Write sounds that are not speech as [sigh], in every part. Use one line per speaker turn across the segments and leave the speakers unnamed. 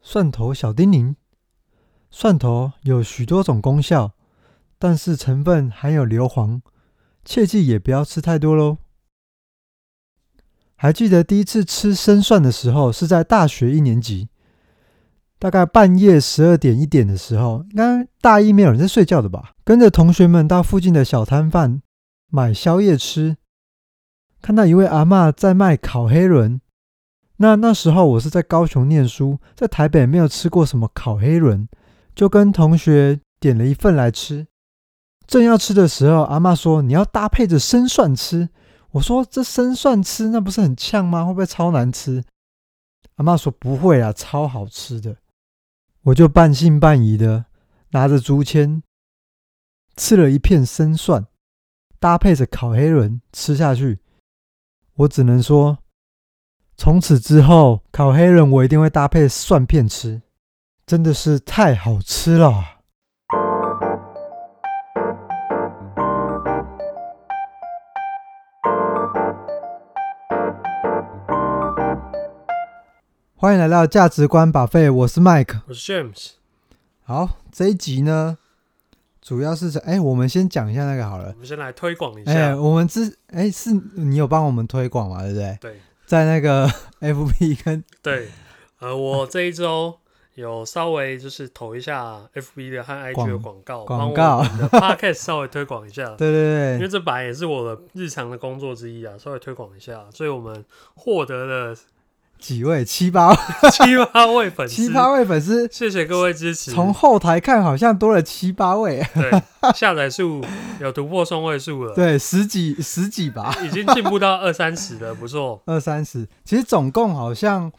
蒜头小叮咛：蒜头有许多种功效，但是成分含有硫磺，切记也不要吃太多喽。还记得第一次吃生蒜的时候是在大学一年级，大概半夜十二点一点的时候，应该大一没有人在睡觉的吧？跟着同学们到附近的小摊贩买宵夜吃，看到一位阿嬷在卖烤黑轮。那那时候我是在高雄念书，在台北没有吃过什么烤黑轮，就跟同学点了一份来吃。正要吃的时候，阿嬷说：“你要搭配着生蒜吃。”我说：“这生蒜吃那不是很呛吗？会不会超难吃？”阿嬷说：“不会啊，超好吃的。”我就半信半疑的拿着竹签吃了一片生蒜，搭配着烤黑轮吃下去。我只能说。从此之后，烤黑人我一定会搭配蒜片吃，真的是太好吃了。啊欢迎来到价值观把费，我是 Mike。
我是 James。
好，这一集呢，主要是哎，我们先讲一下那个好
我
了。
们先来推广一
哎，
下，
我们之哎是你有帮我们推广嘛，对不对？
对
在那个 [laughs] FB 跟
对，呃，我这一周有稍微就是投一下 FB 的和 IG 的广告，
广
帮我
告 [laughs]
们的 Podcast 稍微推广一下，
对对
因为
对，
这本来也是我的日常的工作之一啊，稍微推广一下，所以我们获
[laughs]
得了
几位七八位
七八位粉丝
七，八位粉丝，
谢谢各位支持。
从后台看好像多了七八位，
对下载数有突破双位数了，
对，十几十几吧，
已经进步到二三十了，不错。
二三十。其实总共好像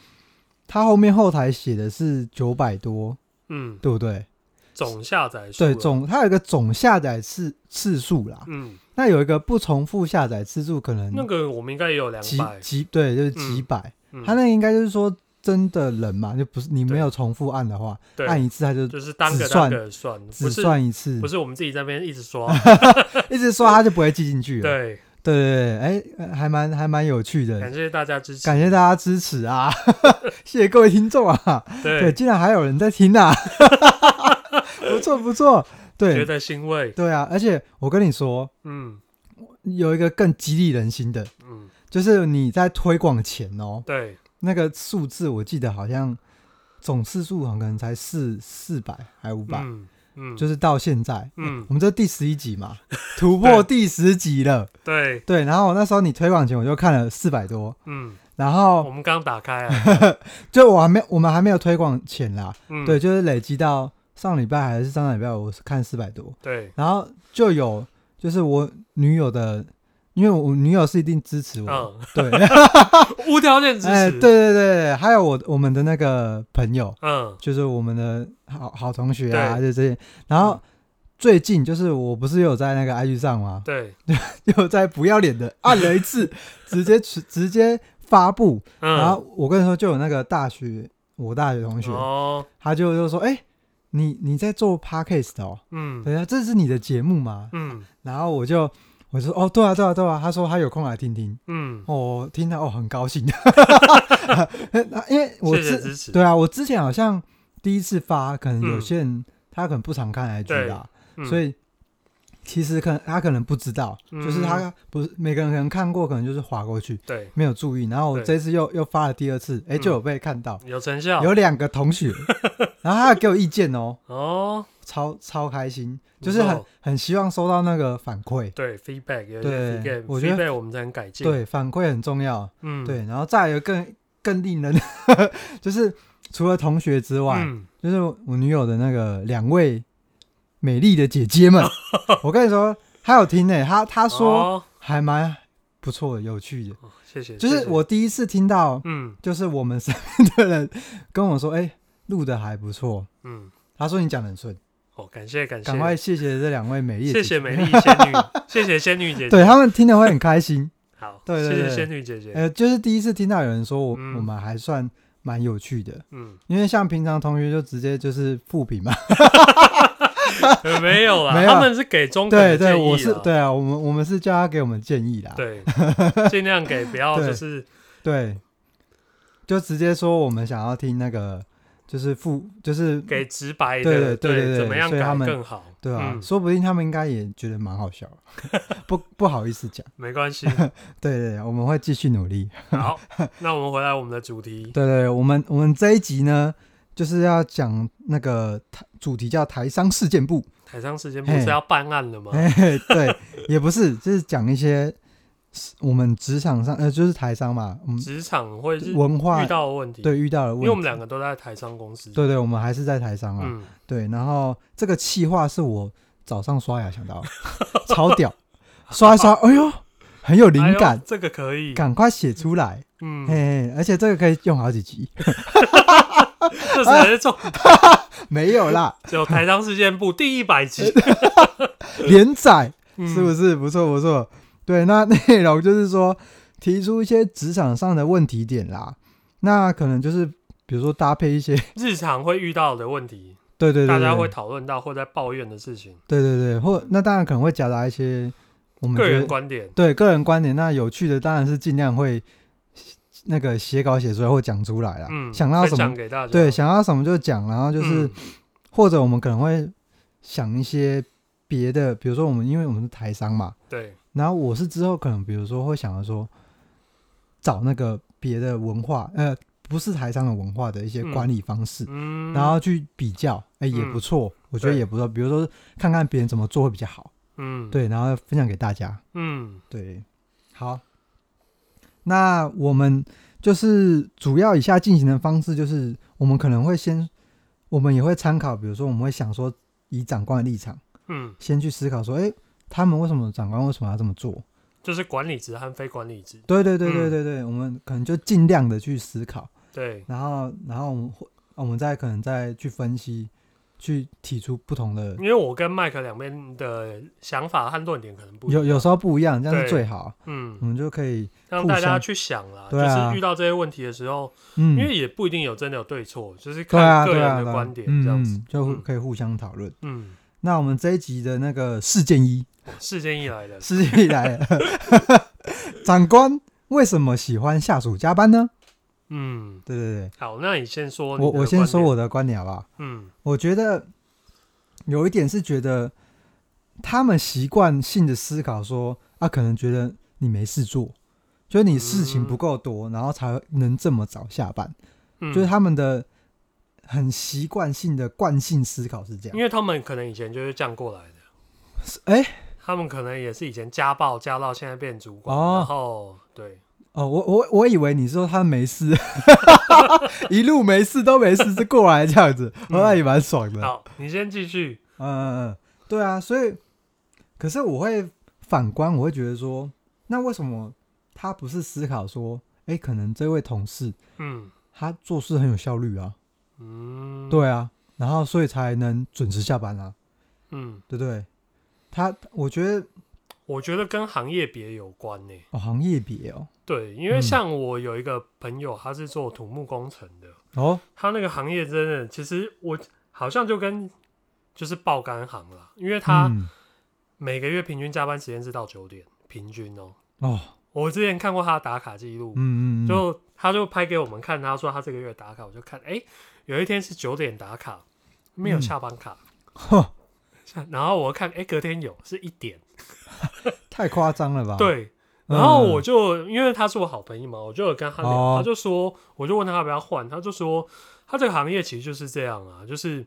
他后面后台写的是九百多，
嗯，
对不对？
总下载数
对，
了
总它有一个总下载次次数啦，
嗯，
那有一个不重复下载次数，可能
那个我们应该也有两
几
百，
几对，就是几
嗯
百。
嗯
他那应该就是说真的人嘛，就不是你
对
没有重复按的话，
对，
按一次他就
就是单
只
个
算
单个算，不
只
是
算一次
不，是我们自己在那边一
[laughs]
直刷，
一直刷他就不会记进去了。
对，
对对对，哎、呃还蛮还蛮有趣的
感，谢大家支持，
感谢大家支持啊， [laughs] 谢谢各位听众啊，对，
对，
竟然还有人在听啊， [laughs] 不错不错，
觉
对
得欣慰，
对啊，而且我跟你说，
嗯
有一个更激励人心的，
嗯，
就是你在推广前哦，
对，
那个数字我记得好像总次数好像可能才四四百还五百、
嗯嗯，
就是到现在，
嗯
我们这第十一集
[laughs]
嘛，突破第十集了。
对，
对，然后我那时候你推广前我就看了四百多，
嗯，
然
我
后
们刚打
[laughs]
开啊，
就我还没我们还没有推广前啦，
嗯，
对，就是累积到上礼拜还是上上礼拜我是看四百多，
对
然后就有就是我女友的，因为我女友是一定支持我，
嗯， [laughs]
对，
无条件支
哎，
持，
对，对对，还有我我们的那个朋友，
嗯
就是我们的好好同学啊，
对
就这些。然后
嗯
最近就是我不是有在那个 IG 上吗？ [laughs]
对，
又在不要脸的按了一
[laughs]
次，直接直直接发布。然
嗯，
后我跟你说，就有那个大学我大学同学，
哦，
他就就说：“哎、你你在做 podcast 哦？
嗯
对啊，这是你的节目吗
嗯？”
然后我就我就说：“哦，对啊，对啊，对啊。”他说他有空来听听。
嗯，
哦，听到哦，很高兴。 [laughs] 因为我
谢
之
谢支持，
对啊，我之前好像第一次发，可能有
嗯
些人他可能不常看 IG 啦，
嗯，
所以其实可能他可能不知道，就是他不是每个人可能看过，可能就是划过去
嗯对
没有注意。然后我
对
这次又又发了第二次，哎、
嗯哦
就有被看到，
有成效，
有两个同
[laughs]
学，然后他还给我意见哦，
哦，
超超开心，
不
就是很
错
很希望收到那个反馈。
对 feedback 有
对
些 feedback
我觉得
feedback 我们才能改进，，
对，反馈很重要。
嗯，
对，然后再有更更令人， [laughs] 就是除了同学之外，
嗯，
就是我女友的那个两位美丽的姐
[laughs]
姐们，我跟你说，她有听诶、她她说
哦
还蛮不错的，有趣的。
哦谢谢，
就
谢
是
谢
我第一次听到，
嗯
就是我们身边的人跟我说，哎、录的还不错。
嗯，
她说你讲的很顺，
哦，感谢感谢，
赶快谢谢这两位美丽的姐
谢
姐，
谢美丽仙女，谢谢仙女姐姐，
对他们听的会很开心。
好，
对对
谢
对
谢仙女姐姐，
呃，就是第一次听到有人说我、
嗯
我们还算蛮有趣的，
嗯，
因为像平常同学就直接就是复评嘛，
呃没有啦，
没有
他们是给中肯
对
的
对，
建议
我是
啦，
对啊，我们我们是叫他给我们建议啦， [laughs]
对尽量给，不要
对
就是
对，就直接说我们想要听那个就是负就是
给直白的，
对对对对对
怎么样
所以他
改
们
更好？
对啊，
嗯
说不定他们应该也觉得蛮好笑的，
[laughs]
不不好意思讲。
没关
[laughs]
系。
对对对，我们会继续努力。
好，那我们回来我们的主题。
对对，对我们我们这一集呢，就是要讲那个台主题叫台商事件簿。
台商事件不
嘿
是要办案了吗？
哎、嘿 [laughs] 对，也不是，就是讲一些我们职场上呃，就是台商嘛，嗯，
职场会是
文化
遇到的问题，，
对遇到的
因
问
为我
题。
们两个都在台商公司。
对对，我们还是在台商啊。
嗯，
对，然后这个气话是我早上刷牙想到
[laughs]
的，超屌，刷一刷，哎呦，很有灵
哎呦
感，
这个可以，
赶快写出来。
嗯，
嘿，而且这个可以用好几集，
这才是重，
没有
[laughs]
啦，
有台商事件部第一
[laughs]
百集，
连载
嗯
是不是不错不错？对，那内容就是说提出一些职场上的问题点啦，那可能就是比如说搭配一些， [laughs]
日常会遇到的问题，
对对对，
大家会
对
讨论到或在抱怨的事情，
对对对，或那当然可能会夹杂一些我们
个
觉
人
得
观点，
对个人观点，那有趣的当然是尽量会那个写稿写出来或讲出来啦，
嗯，
想到
分
什
享
么
给大家，
对，想到什么就讲，然后就是、
嗯
或者我们可能会想一些别的，比如说我们因为我们是台商嘛，
对，
然后我是之后可能比如说会想要说找那个别的文化，呃，不是台商的文化的一些
嗯
管理方式，
嗯，
然后去比较，哎、也
嗯
不错，我觉得
对
也不错，比如说看看别人怎么做会比较好，
嗯，，
对，然后分享给大家，
嗯，
对，好，那我们就是主要以下进行的方式，就是我们可能会先，我们也会参考，比如说我们会想说，以长官的立场，
嗯，
先去思考说，诶，他们为什么长官为什么要这么做？
就是管理职和非管理职，
对对对对
嗯
对对，我们可能就尽量的去思考，
对，
然后然后我们会，我们再可能再去分析，去提出不同的，
因为我跟麦克两边的想法和论点可能不一
有
样，
有时候不一样，这样是
对
最好，
嗯
我，们就可以，
让
互
大家
相
去想啦，就
对啊
是遇到这些问题的时候，
嗯，
因为也不一定有真的有对错，就是
对啊
看个
对啊，
人
对
的
啊
观点
嗯
这样子
嗯，就互
嗯
可以互相讨论。
嗯，
那我们这一集的那个事件一， [laughs]
事件一来了，
事件一来了， [laughs] 长官为什么喜欢下属加班呢？
嗯，
对对
好，那你先说
对，
哦你的
我我先说
观
我的观点好不好？
点，嗯
我觉得有一点是觉得他们习惯性的思考说啊，可能觉得你没事做，就是你事情
嗯
不够多，然后才能这么早下班，
嗯，
就是他们的很习惯性的惯性思考是这样
因。为他们可能以前就是这样过来的，
哎、
他们可能也是以前家暴家到现在变主管，
哦
然后对，
哦，我我我以为你说他没事， [laughs] 一路没事都没事，是过来这样子，
嗯
我那也蛮爽的。
好，你先继续，
嗯嗯嗯，对啊，所以，可是我会反观，我会觉得说，那为什么他不是思考说，哎、可能这位同事
嗯
他做事很有效率啊，
嗯，，
对啊，然后所以才能准时下班啊，
嗯，
对不对？他我觉得
我觉得跟行业别有关呢、
哦，行业别哦，
对，因为
嗯
像我有一个朋友，他是做土木工程的，
哦，
他那个行业真的，其实我好像就跟就是爆肝行啦，因为他
嗯、
每个月平均加班时间是到九点，平均哦。
哦，
我之前看过他的打卡记录，
嗯嗯嗯，
就他就拍给我们看，他说他这个月打卡，我就看，哎、有一天是九点打卡，没有
嗯
下班卡，
哼，
然后我看，哎、隔天有是一点，
太夸张了吧？
对，
嗯，
然后我就因为他是我好朋友嘛，我就有跟他聊，
哦
他就说，我就问他要不要换，他就说他这个行业其实就是这样啊，就是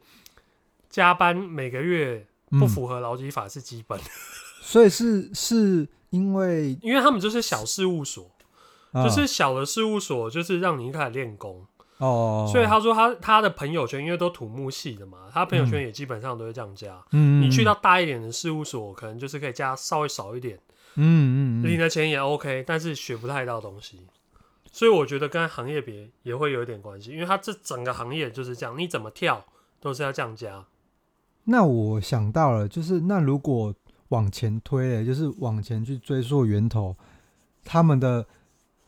加班每个月不
嗯
符合劳基法是基本，的，
所以是是因为、
因为他们就是小事务所，
啊
就是小的事务所，就是让你一开始练功。
哦，
所以他说他他的朋友圈，因为都土木系的嘛，他朋友圈也基本上都会这样加。
嗯嗯，嗯
你去到大一点的事务所，可能就是可以加稍微少一点，
嗯嗯嗯，
领的钱也 OK，但是学不太到东西。所以我觉得跟行业别也会有一点关系，因为它这整个行业就是这样，你怎么跳都是要这样加。
那我想到了，就是那如果往前推嘞，就是往前去追溯源头，他们的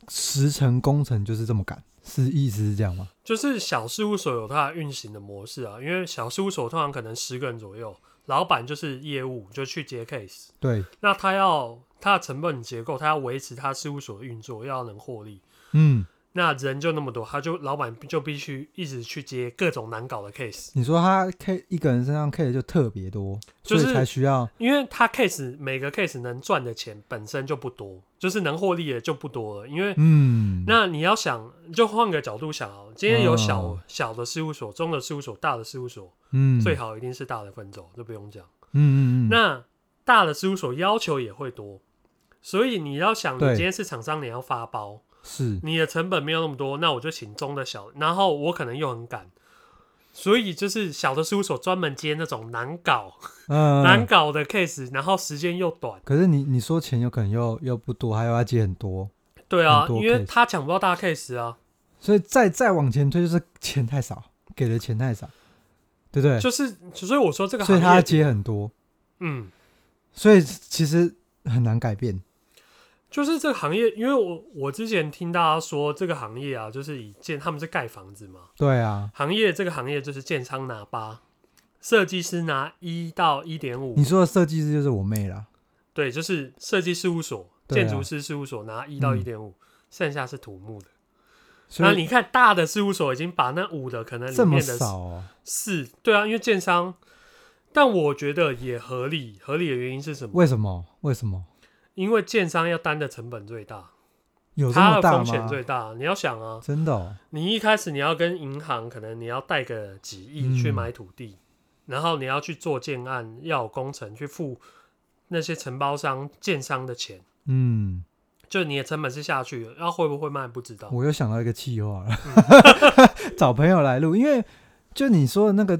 时程工程就是这么赶，是意思是这样吗？
就是小事务所有它的运行的模式啊，因为小事务所通常可能十个人左右，老板就是业务就去接 case，
对，
那他要他的成本结构，他要维持他事务所的运作，要能获利，
嗯，
那人就那么多，他就老板就必须一直去接各种难搞的 case，
你说他 K 一个人身上 K 就特别多，
就是
所以才需要
因为他 case 每个 case 能赚的钱本身就不多，就是能获利的就不多了。因为
嗯，
那你要想，就换个角度想哦，今天有小、
哦
小的事务所、中的事务所、大的事务所，
嗯
最好一定是大的分走，这不用讲。
嗯嗯嗯，
那大的事务所要求也会多，所以你要想，你
对
今天是厂商，你要发包，
是
你的成本没有那么多，那我就请中的小，然后我可能又很赶，所以就是小的事务所专门接那种难搞、
嗯，
难搞的 case，然后时间又短。
可是你你说钱有可能又又不多，还有要接很多，
对啊
很，多
因为
case
他抢不到大 case 啊，
所以再再往前推就是钱太少，给的钱太少，对不对？
就是所以我说这个
所以
行
他要
业，
接很多，
嗯，
所以其实很难改变。
就是这个行业，因为我我之前听大家说这个行业啊，就是以建他们是盖房子嘛，
对啊，
行业这个行业就是建商拿八，设计师拿一到一点五
你，说的设计师就是我妹啦，
对，就是设计事务所、
对啊
建筑师事务所拿一到
嗯
一点五，剩下是土木的。
所
那
以
你看大的事务所已经把那五的可能里
这么
面的
少哦，
四，对啊，因为建商，但我觉得也合理，合理的原因是什么？
为什么？为什么
因为建商要担的成本最大，
有这
它
么
的
大
风险
吗？
最大。你要想啊，
真的、哦，
你一开始你要跟银行，可能你要贷个几
嗯
亿去买土地，然后你要去做建案，要有工程去付那些承包商、建商的钱，
嗯，
就你的成本是下去了，然后会不会卖不知道。
我又想到一个气话
[laughs]
了，找朋友来录，因为就你说的那个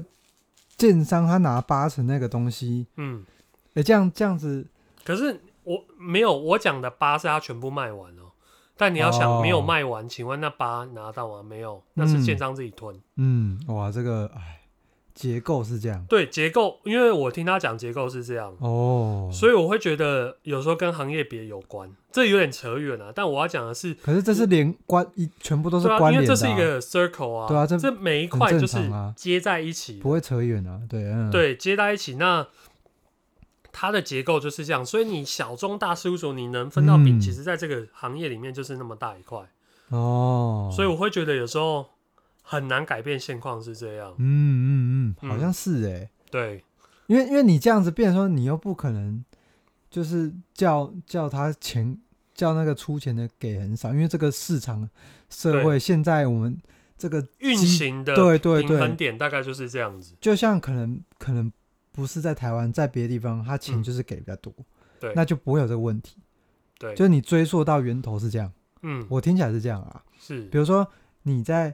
建商，他拿八成那个东西，
嗯，
哎、这样这样子，
可是我没有我讲的八是他全部卖完哦，但你要
哦
想没有卖完，请问那八拿到吗？没有，那
嗯
是建商自己吞。
嗯，哇，这个哎，结构是这样
对结构，因为我听他讲结构是这样，
哦，
所以我会觉得有时候跟行业别有关，这有点扯远了、啊。但我要讲的是。
可是这是连关一全部都是
对啊，
关
因为
联的、
这是一个 circle 啊，
对啊这
这每一块
很
就
正常
是
啊
接在一起的，
不会扯远啊，对，嗯，，
对，接在一起。那它的结构就是这样，所以你小中大事务所你能分到饼，
嗯
其实在这个行业里面就是那么大一块，
哦，
所以我会觉得有时候很难改变现况是这样。
嗯嗯嗯，
嗯
好像是哎、
对，
因为因为你这样子变成说，你又不可能就是叫叫他钱叫那个出钱的给很少，因为这个市场社会现在我们这个
运
基
行的
对对
平衡
对，
点大概就是这样子。
就像可能可能不是在台湾，在别的地方，他钱
嗯
就是给比较多，
对
那就不会有这个问题。
对
就是你追溯到源头是这样，
嗯，
我听起来是这样啊。
是
比如说你在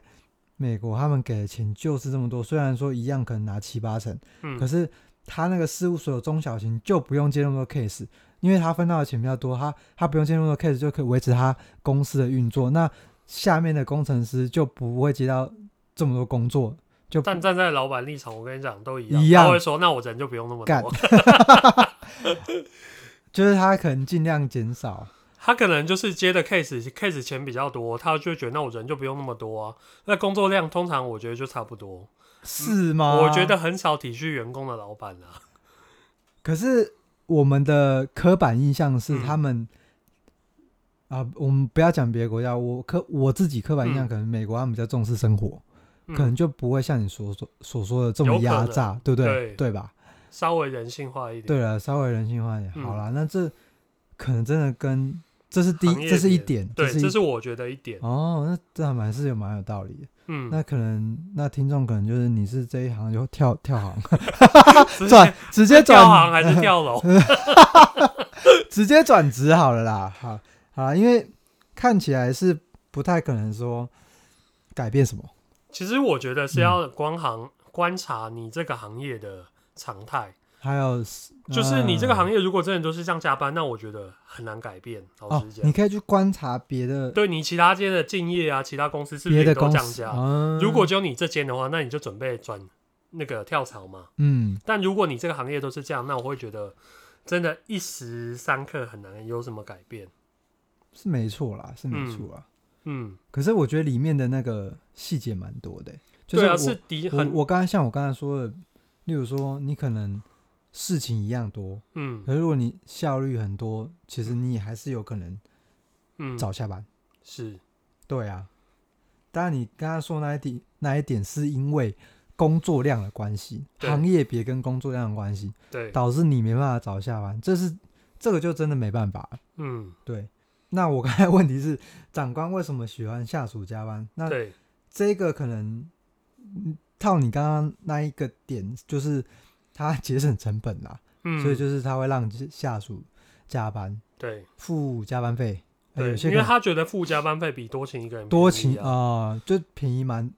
美国，他们给的钱就是这么多，虽然说一样可能拿七八成。
嗯
可是他那个事务所有中小型就不用接那么多 case，因为他分到的钱比较多，他他不用接那么多 case 就可以维持他公司的运作。那下面的工程师就不会接到这么多工作，就不
但站在老板立场，我跟你讲都一样，
一样
他会说那我人就不用那么
干
多，
就是他可能尽量减少。
他可能就是接的 case case 钱比较多，他就会觉得那我人就不用那么多啊。那工作量通常我觉得就差不多，
是吗？
我觉得，很少体恤员工的老板啊。
可是我们的刻板印象是
嗯
他们、啊，我们不要讲别的国家，我刻我自己刻板印象
嗯
可能美国他们比较重视生活，
嗯
可能就不会像你所说所说的这么
有可
压
能
榨，对不对？
对
对吧？
稍微人性化一点。
对了，稍微人性化一点。
嗯
好啦，那这可能真的跟这是第
行
一，
业
这是一
别
点，
对，
一
这是我觉得一点。
哦，那这还蛮是有蛮有道理的。
嗯，
那可能那听众可能就是你是这一行就跳跳行，
直
转
接
直接
跳行还
转
是
[laughs]
跳楼？
嗯直接转职好了啦。好，好啦，因为看起来是不太可能说改变什么。
其实我觉得是要光行观察你这个行业的常态，
还有呃
就是你这个行
业
业如果真的都是像加班，那我觉得很难改变。老
哦
实，讲
你，可以去观察别的
对你其他间的敬业啊，其他公司是不
别
是
的
也都
公
降
司
价？
嗯
如果只有你这间的话，那你就准备转那个跳槽嘛。
嗯，
但如果你这个行业都是这样，那我会觉得真的，一时三刻很难有什么改变。
是没错啦，是没
嗯
错啊。
嗯，
可是我觉得里面的那个细节蛮多的欸、就是
对啊，
我
是的
我
很，
我刚才像我刚才说的，例如说你可能事情一样多，
嗯
可是如果你效率很多，其实你也还是有可能
嗯，
早下班。
是
对啊，当然，你刚刚说那一点，那一点是因为工作量的关系，
对
行业别跟工作量的关系，
对，
导致你没办法早下班，这是这个就真的没办法了。
嗯，
对，那我刚才问题是，长官为什么喜欢下属加班？那
对，
这个可能嗯套你刚刚那一个点，就是他节省成本啦，
嗯，
所以就是他会让下属加班，
对
付加班费。呃
对
有，些
因为
可能
他觉得付加班费比多请一个人
多
便宜
请
啊。
啊、就便宜蛮，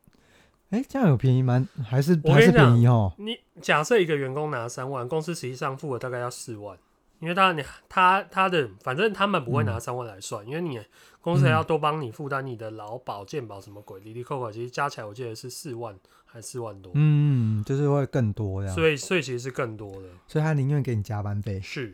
哎、这样有便宜蛮，还是
我
还
跟
是
你讲
便宜哦。
你假设一个员工拿三万，公司实际上付了大概要四万，因为他你他他的反正他们不会
嗯
拿三万来算，因为你公司还要多帮你负担你的劳保、健保什么鬼，里里扣扣，其实加起来我记得是四万还四万多，
嗯，就是会更多这样，所以
所以所以其实是更多的。
他宁愿给你加班费
是，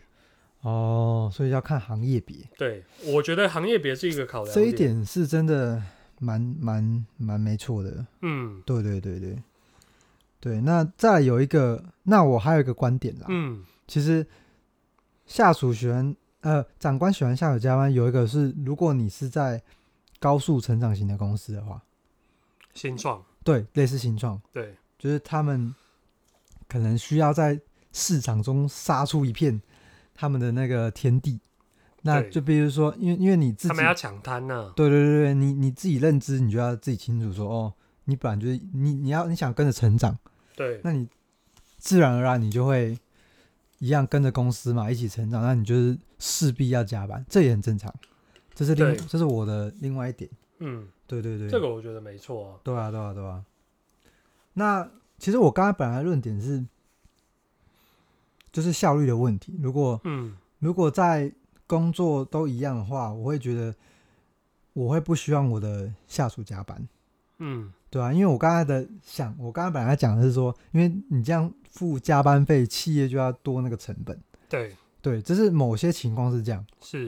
哦，所以要看行业别，
对，我觉得行业别是一个考量
这一，点是真的蛮蛮蛮没错的。
嗯
对对对对，对。那再来有一个，那我还有一个观点啦，
嗯，
其实下属喜欢呃长官喜欢下属加班，有一个是如果你是在高速成长型的公司的话，
新创，
对，类似新创。
对
就是他们可能需要在市场中杀出一片他们的那个天地。那
对
就比如说，因为因为你自
他
己
们，要抢滩啊呢，
对对对对，你你自己认知，你就要自己清楚说，哦，你本来就是你你要你想跟着成长，
对
那你自然而然你就会一样跟着公司嘛一起成长，那你就是势必要加班，这也很正常。这是另
对
这是我的另外一点，
嗯，
对对对，
这个我觉得没错啊，
对啊，对啊，对啊。那其实我刚才本来的论点是，就是效率的问题。如果
嗯
如果在工作都一样的话，我会觉得我会不希望我的下属加班，
嗯，
对啊，因为我刚才的想，我刚才本来讲的是说，因为你这样付加班费，企业就要多那个成本，
对，
对，这是某些情况是这样，
是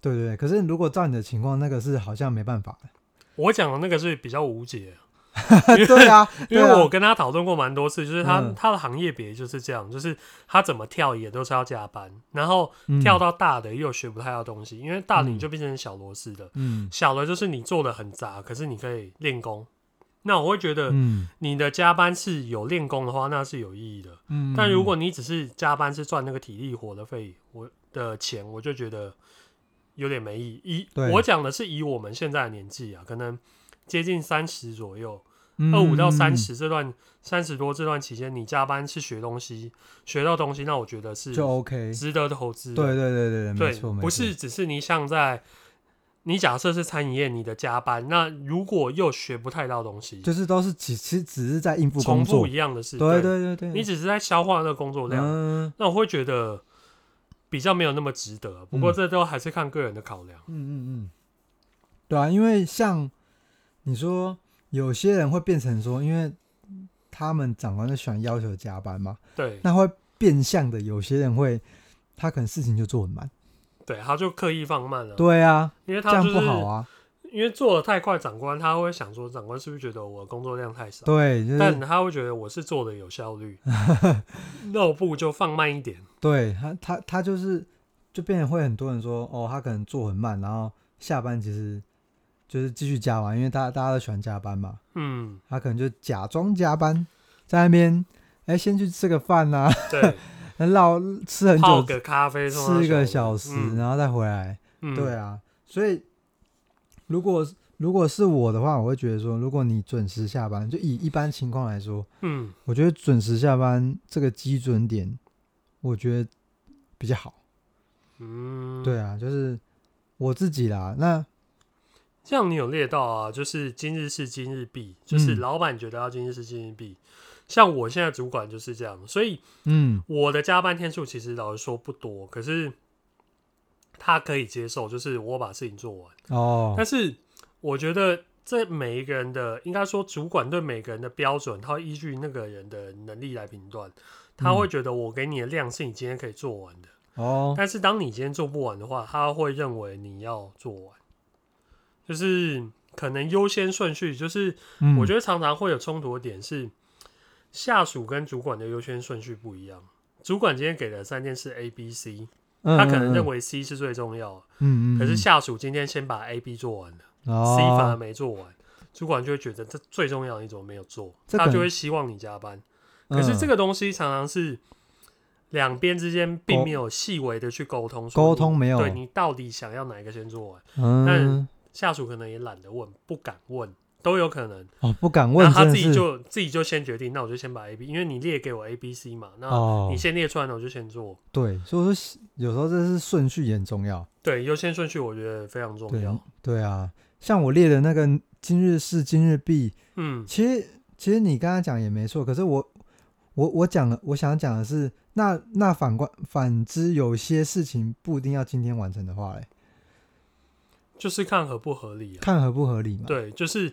对对对。可是如果照你的情况，那个是好像没办法
[laughs]
的，
我讲的那个是比较无解，
对啊，
因
对
为
啊
我跟他讨论过蛮多次，就是他、
嗯
他的行业别就是这样，就是他怎么跳也都是要加班，然后跳
到
到大的又学不太到东西，因为大的你
嗯
就变成小螺丝的，
嗯
小的就是你做的很杂，可是你可以练功。那我会觉得
嗯
你的加班是有练功的话，那是有意义的。
嗯，
但如果你只是加班是赚那个体力活的费，我的钱我就觉得有点没意义。以
对
我讲的是以我们现在的年纪啊，可能接近三十左右，
嗯
二五到三，
嗯
十这段三十多这段期间，你加班去学东西，学到东西，那我觉得
嗯
是
就 OK，
值得投资
对
的。
对对对对，没错，
对，
没错
不是只是你像在你假设是餐饮业，你的加班，那如果又学不太到东西，
就是都是只其实只是在应付工
重复
作，
一样的事，
对对对对，
你只是在消化那个工作量，
嗯
那我会觉得比较没有那么值得。不过
嗯
这都还是看个人的考量。
嗯嗯嗯，对啊，因为像你说有些人会变成说，因为他们长官就喜欢要求加班嘛，
对
那会变相的有些人会他可能事情就做很慢，
对，他就刻意放慢了，
对啊，
因为
这
呃他
样
就是
不好啊，
因为做的太快，长官他会想说，长官是不是觉得我工作量太少？
对，就是
但他会觉得我是做的有效
[laughs]
率，那我不如就放慢一点。
对他他他就是就变成会很多人说哦，他可能做很慢，然后下班其实就是继续加班，因为大大家都喜欢加班嘛。
嗯，
他可能就假装加班，在那边，哎、先去吃个饭呐、
对，
啊，唠吃很
泡
久，
个咖啡，冲他
吃一个
的
小时，
嗯
然后再回来。
嗯
对啊，所以如果如果是我的话，我会觉得说，如果你准时下班，就以一般情况来说，
嗯，
我觉得准时下班这个基准点，我觉得比较好。
嗯，
对。啊，就是我自己啦。那
这样你有列到啊，就是今日事今日毕，就是
嗯
老板觉得要今日事今日毕。像我现在主管就是这样，所以
嗯
我的加班天数其实老实说不多，可是他可以接受，就是我把事情做完。
哦
但是我觉得这每一个人的，应该说主管对每个人的标准，他会依据那个人的能力来评断。
嗯
他会觉得我给你的量是你今天可以做完的，
哦，
但是当你今天做不完的话，他会认为你要做完，就是可能优先顺序，就是
嗯，
我觉
得
得常常会有冲突的点是，下属跟主管的优先顺序不一样。主管今天给了三件事 A、B、C，他可能认，为 C 是最重要的，
嗯嗯嗯嗯，
可是下属今天先把 A、B 做完了、
哦
c 反而没做完，主管就会觉得这最重要的你怎么没有做，
这
他
可
就
能嗯
会希望你加班。可是这
个
个东西常常是两边之间并没有细微的去沟通，
嗯
说
沟
你
通没有
对你到底想要哪一个先做完，
嗯
下属可能也懒得问，不敢问，都有可能。
哦不敢
那
问，
他
真
自
的
己
是
就自己就先决定，那我就先把 A B，因为你列给我 A B C 嘛，那
哦
你先列出来，那我就先做。
对，所以我说有时候这是顺序也很重要。
对，优先顺序我觉得非常重
对
要。
对啊，像我列的那个今日事今日毕，
嗯，
其实其实你刚刚讲也没错，可是我我我讲了，我想讲的是，那那反观反之，有些事情不一定要今天完成的话，嘞，
就是看合不合理啊。
看合不合理嘛。
对，就是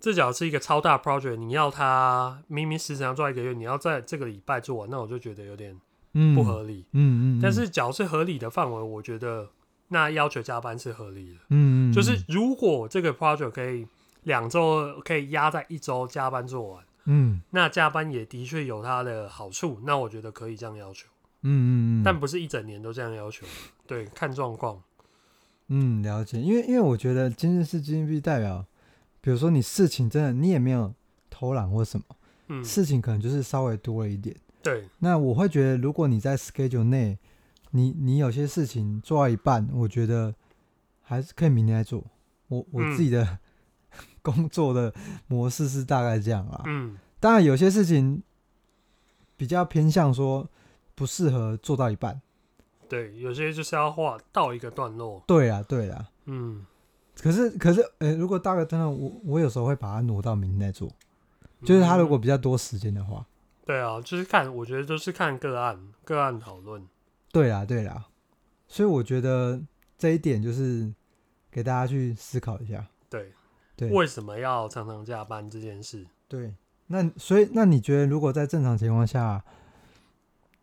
这假如是一个超大 project，你要他明明时长做一个月，你要在这个礼拜做完，那我就觉得有点
嗯，
不合理。
嗯，嗯嗯，
但是，假如是合理的范围，我觉得那要求加班是合理的。
嗯嗯，
就是如果这个 project 可以两周可以压在一周加班做完，
嗯
那加班也的确有它的好处，那我觉得可以这样要求，
嗯嗯嗯，
但不是一整年都这样要求。对，看状况。
嗯了解，因为因为我觉得今日事今日毕代表，比如说你事情真的你也没有偷懒或什么，
嗯，
事情可能就是稍微多了一点。
对，
那我会觉得，如果你在 schedule 内，你你有些事情做到一半，我觉得还是可以明天再做。我我
嗯
自己的、 [laughs] 工作的模式是大概这样啊。
嗯，
当然，有些事情比较偏向说不适合做到一半。
对，有些就是要画到一个段落。
对啦，对啦。
嗯，
可是可是，呃、如果大概真的，我我有时候会把它挪到明天再做。就是他如
嗯
果比较多时间的话，
对啊，就是看，我觉得就是看个案，个案讨论。
对啦，对啦。所以我觉得这一点就是给大家去思考一下。
对，
对
为什么要常常加班这件事？
对，那所以那你觉得，如果在正常情况下，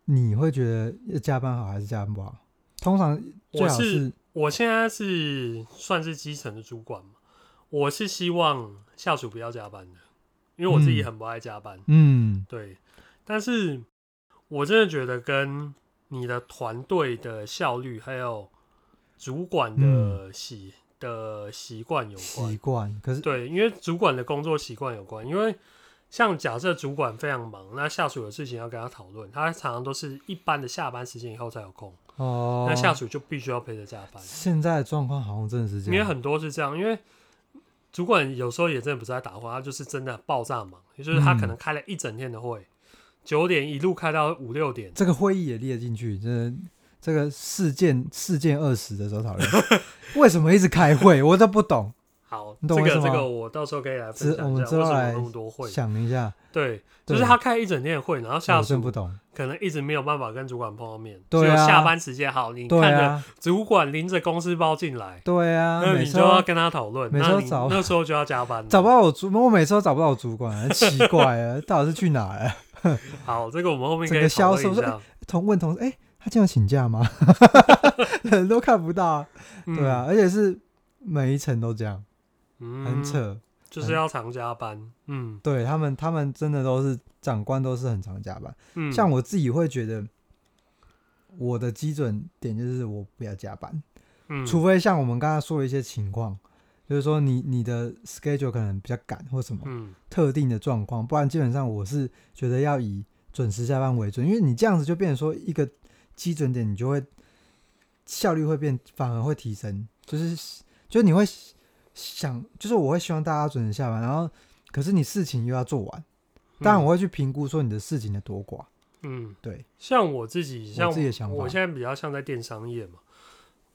你会觉得要加班好还是加班不好？通常最
我
好
是
是
我现在是算是基层的主管嘛，我是希望下属不要加班的，因为我自己
嗯
很不爱加班。
嗯
对，但是我真的觉得跟你的团队的效率还有主管的习、的习惯
嗯
有
习
关。
惯，可是
对，因为主管的工作习惯有关，因为像假设主管非常忙，那下属有事情要跟他讨论，他常常都是一般的下班时间以后才有空，
哦，
那下属就必须要陪着加班，
现在的状况好像真的是这
因为
样，
很多是这样，因为。主管有时候也真的不是在打混，他就是真的爆炸忙，也就是他可能开了一整天的会，嗯九、点一路开到五六点，
这个会议也列进去，这这个事件事件二十的时候讨
[laughs]
论，为什么一直开会，我都不懂，
好，
你
这
懂我
个
意思
这
吗
个我到时候可以来分
之
享
我们
一
之
下，
后
为什么
来
有那么多会？
想了一下，
对，嗯就是
对
他开一整天的会，然后下
我真
属
不懂，
可能一直没有办法跟主管碰到面，
对
只有
啊
下班时间好，你
对
看着
啊，
主管拎着公司包进来，
对啊，
那
每
你
次
就
都
要跟他讨论，
每次
那
都
你
找
那时候就要加班了。
找不到我主，我每次都找不到我主管，奇怪了，到底是去哪了？
好，这个我们后面可
整
以
个
讨
销
论
售
一下。
同问同事，哎、他今天有请假
[laughs]
吗？ [laughs] 人都看不到、啊，
嗯
对啊，，而且是每一层都这样，
嗯
很扯。嗯
就是要常加班。嗯
对他们，他们真的都是长官，都是很常加班。
嗯，
像我自己会觉得，我的基准点就是我不要加班，
嗯
除非像我们刚刚说的一些情况，就是说你你的 schedule 可能比较赶或什么，
嗯
特定的状况，不然基本上我是觉得要以准时下班为准，因为你这样子就变成说一个基准点，你就会效率会变，反而会提升，就是就是你会想，就是我会希望大家准时下班，然后可是你事情又要做完，当然我会去评估说你的事情的多寡，
嗯，
对，
像我自己，像
自己的想法
我现在比较像在电商业嘛。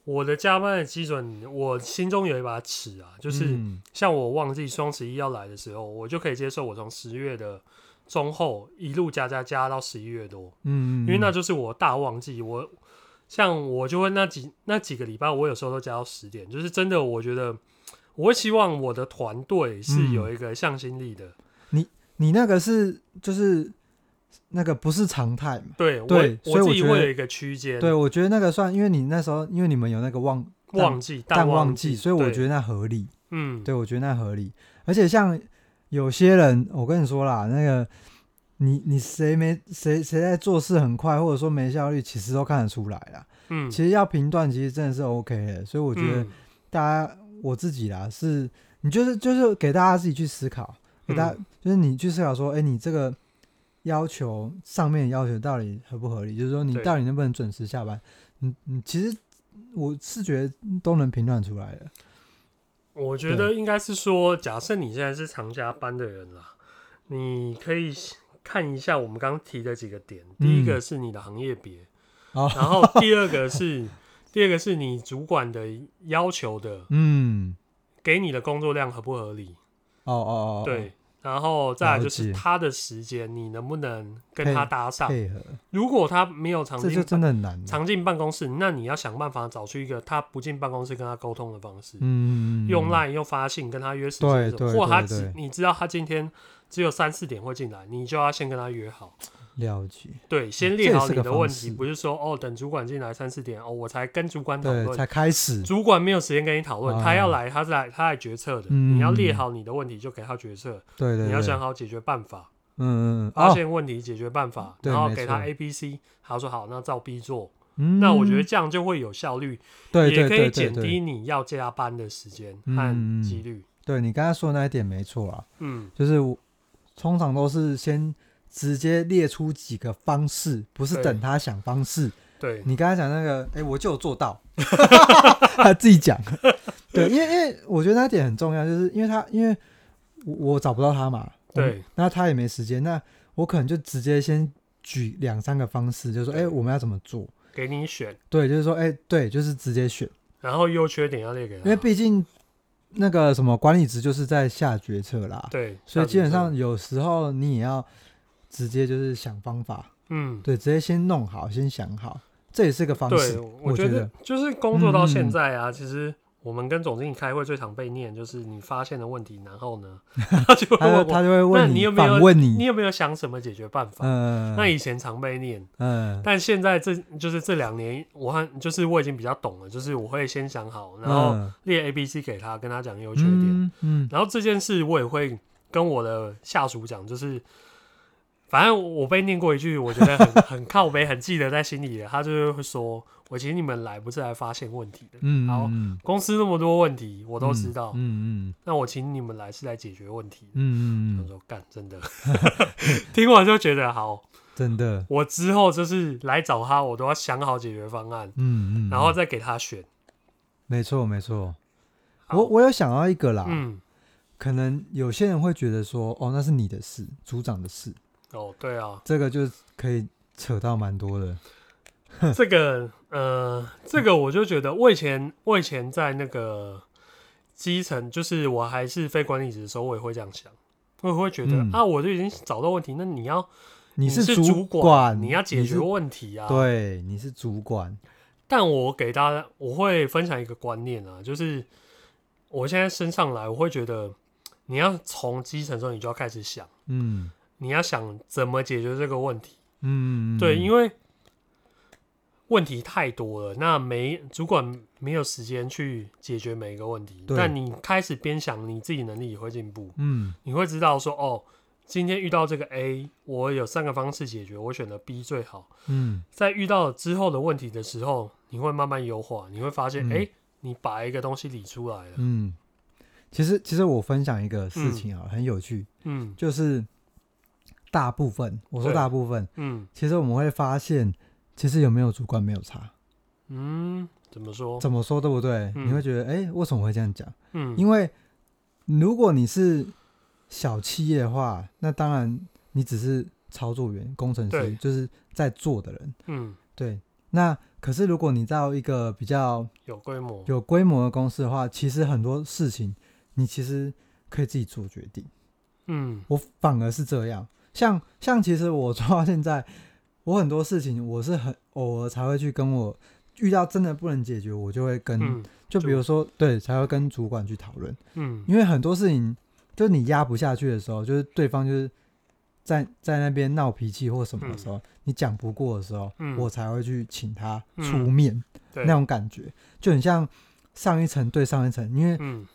我的加班的基准，我心中有一把尺啊，就是
嗯
像我忘记双十一要来的时候，我就可以接受我从十月的中后一路加加加到十一月多，
嗯，
因为那就是我大旺季。我像我就会那几那几个礼拜，我有时候都加到十点，就是真的，我觉得我会希望我的团队是
嗯
有一个向心力的。
你那个是就是那个不是常态嘛，
对
对
我
所以
自
我
己
觉得
会有一个区间，
对我觉得那个算，因为你那时候因为你们有那个旺
旺季
淡
旺
季，所以我
对
觉得那合理。
嗯，
对，我觉得那合理。而且像有些人，我跟你说啦，那个你你谁没谁谁在做事很快，或者说没效率，其实都看得出来啦。
嗯，
其实要评断，其实真的是 OK 的。所以我觉得
嗯
大家、我自己啦，是你就是就是给大家自己去思考，给大家、
嗯
就是你去思考说，哎、你这个要求上面的要求到底合不合理？就是说你
对
到底能不能准时下班？你你其实我是觉得都能评断出来的。
我觉得应该是说，假设你现在是常加班的人啦，你可以看一下我们刚刚提的几个点。
嗯
第一个是你的行业别，
[laughs] 哦
然后第二个是第二个是你主管的要求的，
嗯，
给你的工作量合不合理？
哦哦哦，哦，
对。然后再来就
了
是
解
他的时间，你能不能跟
配
他搭上？
配合，
如果他没有常
这就
进
真的很难了。
常进办公室，那你要想办法找出一个他不进办公室跟他沟通的方式。
嗯，嗯嗯
用
嗯
Line 又发信跟他约时
对
间什么，
对
或者他
对
只
对
你知道他今天只有三四点会进来，你就要先跟他约好，
嗯了解，
对，
嗯
先
这
列
也
好
是
你
个
的
方
问
式
题，不是说哦等主管进来三四点哦我才跟主管讨
对，
论，
才开始，
主管没有时间跟你讨论，
啊
他要来他是来他来决策的，
嗯
你要列好你的问题就给他决策，
对对，
你要
对
想，好解决办法，
嗯嗯嗯，
发
哦，
现问题解决办法，
对
然后
没
给他
错
A B C，他说好那照 B 做，
嗯
那我觉得这样就会有效率，
对
也
对
可
对
以
对
减低
对，
你要加班的时间
嗯嗯嗯
和几率，
对你刚才说的那一点没错啊，
嗯。
就是我通常都是先直接列出几个方式，不是
对
等他想方式。
对，
你刚才讲那个，哎，我就有做
[laughs]
到，他自己讲。 [laughs] 对，因为因为我觉得那点很重要，就是因为他因为我我找不到他嘛，我们
对，
那他也没时间，那我可能就直接先举两三个方式，就说，哎，
对
我们要怎么做？
给你选，
对，就是说，哎，对，就是直接选。
然后优缺点要列给他，
因为毕竟那个什么管理职就是在下决策啦，
对，
所以基本
下决
上
策，
有时候你也要直接就是想方法，
嗯，
对，直接先弄好，先想好，这也是个方
对
式。，
我
觉
得
得，
就是工作到现
嗯
在啊，其实我们跟总经理开会最常被念就是你发现的问题，然后
[laughs]
呢，他 [laughs] 就
他
会
就
问
他
我，
就会
那
问
你有没有
反问
你
你，
有没有想什么解决办法？
嗯，
那以前常被念，
嗯，
但现在这就是这两年，我和就是我已经比较懂了，就是我会先想好，然后
嗯
列 A、B、C 给他，跟他讲优缺点，，
嗯，嗯
然后这件事我也会跟我的下属讲，就是反正我被念过一句，我觉得很 [laughs] 很靠背，很记得在心里的。他就是会说，我其实你们来不是来发现问题的，
嗯，
好
嗯，
公司那么多问题我
我
都知道，
嗯嗯
那我请你们来是来解决问题的。
嗯嗯
他
嗯，
说：“干，真的， [laughs] 听完就觉得好。
真的，
我之后就是来找他，我都要想好解决方案，
嗯嗯，
然后再给他选。
没错没错，
好
我啊我有想到一个啦，
嗯，
可能有些人会觉得说，哦，那是你的事，组长的事，
哦，对啊，
这个就可以扯到蛮多的。
这个呃，这个我就觉得，我以前我以前在那个基层，就是我还是非管理职的时候，我也会这样想，我也会觉得、
嗯
啊，我就已经找到问题，那你要
你
是
主
管，
管，
你要解决
啊是
问题啊。。
对，你是主管，
但我给大家，我会分享一个观念啊，就是我现在升上来，我会觉得你要从基层的时候，你就要开始想，
嗯
你要想怎么解决这个问题。
嗯，
对，
为
因为问题太多了，那没主管没有时间去解决每一个问题。
对
但你开始边想，你自己能力也会进步，
嗯
你会知道说，哦，今天遇到这个 A，我有三个方式解决，我选择 B 最好。
嗯
在遇到之后的问题的时候，你会慢慢优化，你会发现，
嗯
哎、你把一个东西理出来了。
嗯，其实其实我分享一个事情啊，很有趣，
嗯
就是大部分，我说
对
大部分，
嗯
其实我们会发现，其实有没有主管没有差，
嗯，怎么说？
怎么说对不对？
嗯
你会觉得，哎，为什么会这样讲？
嗯，
因为如果你是小企业的话，那当然你只是操作员、工程
对
师，就是在做的人。
嗯
对，那可是如果你到一个比较
有规模。
有规模的公司的话，其实很多事情你其实可以自己做决定。
嗯
我反而是这样，像像其实我做到现在，我很多事情我是很偶尔才会去跟我遇到真的不能解决，我就会跟、
嗯
就比如说对才会跟主管去讨论。
嗯
因为很多事情，就是你压不下去的时候，就是对方就是在在那边闹脾气或什么的时候，你讲不过的时候，
嗯
我才会去请他
嗯
出面，
对
那种感觉就很像上一层对上一层。因为
嗯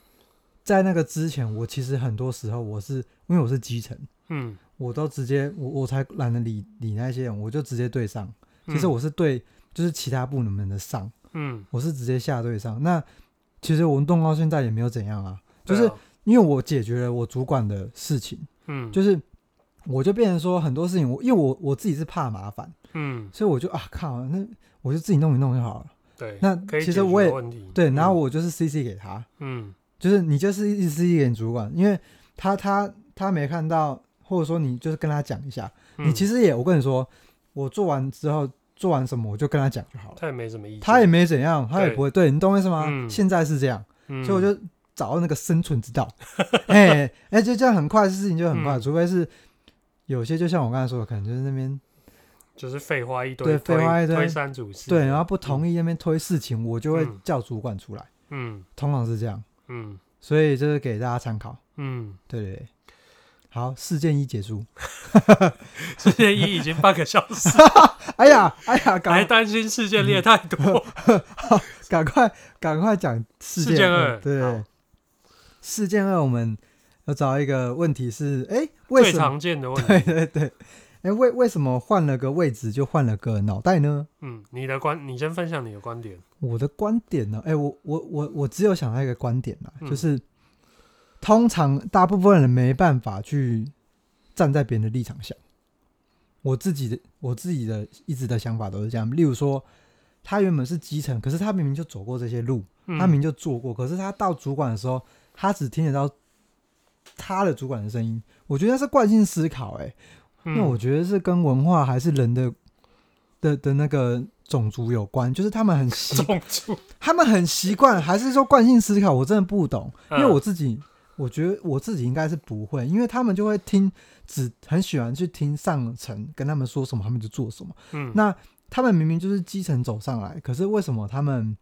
在那个之前，我其实很多时候我是因为我是基层，
嗯，
我都直接我我才懒得理理那些人，我就直接对上。其实
嗯
我是对就是其他部门的上，
嗯，
我是直接下对上。那其实我们动到现在也没有怎样啊，就是
对啊
因为我解决了我主管的事情，
嗯，
就是我就变成说很多事情我，因为我我自己是怕麻烦，
嗯，
所以我就啊靠，那我就自己弄一弄就好了。
对，
那
可以
其实
解决
我也
问题，
对，
嗯
然后我就是 CC 给他，
嗯
就是你就是一直 CC 给你主管，因为他他他没看到，或者说你就是跟他讲一下，你其
实
实也我跟你说，我做完之后做完什么我就跟他讲就好了，
他也没什么意见，
他也没怎样，他也
对
不会对你懂我意思吗？
嗯
现在是这样。
嗯，
所以我就找到那个生存
[laughs]
之道。哎哎、就这样很快，事情就很快，
嗯
除非是有些就像我刚才说的，可能就是那边
就是废话一堆，
对废
推
话一堆
推三阻四，
对，然后不同意那边推事情，我就会
嗯
叫主管出来，
嗯
通常是这样，
嗯
所以这是给大家参考。
[laughs] 嗯，
对对对，好，事件一结
[laughs]
束。
世界一已经半个小 [laughs] 时，
哎呀哎呀，
还
赶
担心世界列太多， [laughs]
赶快赶快讲事
事件
二，
二
对对对
好
事件二我们要找一个问题是，哎，为
最
什么？
常见的问
对
题，
对对，哎，为为什么换了个位置就换了个脑袋呢？
嗯，你的观，你先分享你的观点，
我的观点呢？哎、我我我我只有想到一个观点啦，
嗯
就是通常大部分人没办法去站在别人的立场想。我自己的我自己的一直的想法都是这样，例如说，他原本是基层，可是他明明就走过这些路，
嗯
他明明就做过，可是他到主管的时候，他只听得到他的主管的声音。我觉得是惯性思考、哎、
嗯
那我觉得是跟文化还是人的的的那个种族有关，就是他们很习
中柱，
[laughs] 他们很习惯，还是说惯性思考？我真的不懂，因
嗯
为我自己，我觉得我自己应该是不会，因为他们就会听，只很喜欢去听上层跟他们说什么，他们就做什么。
嗯
那他们明明就是基层走上来，可是为什么他们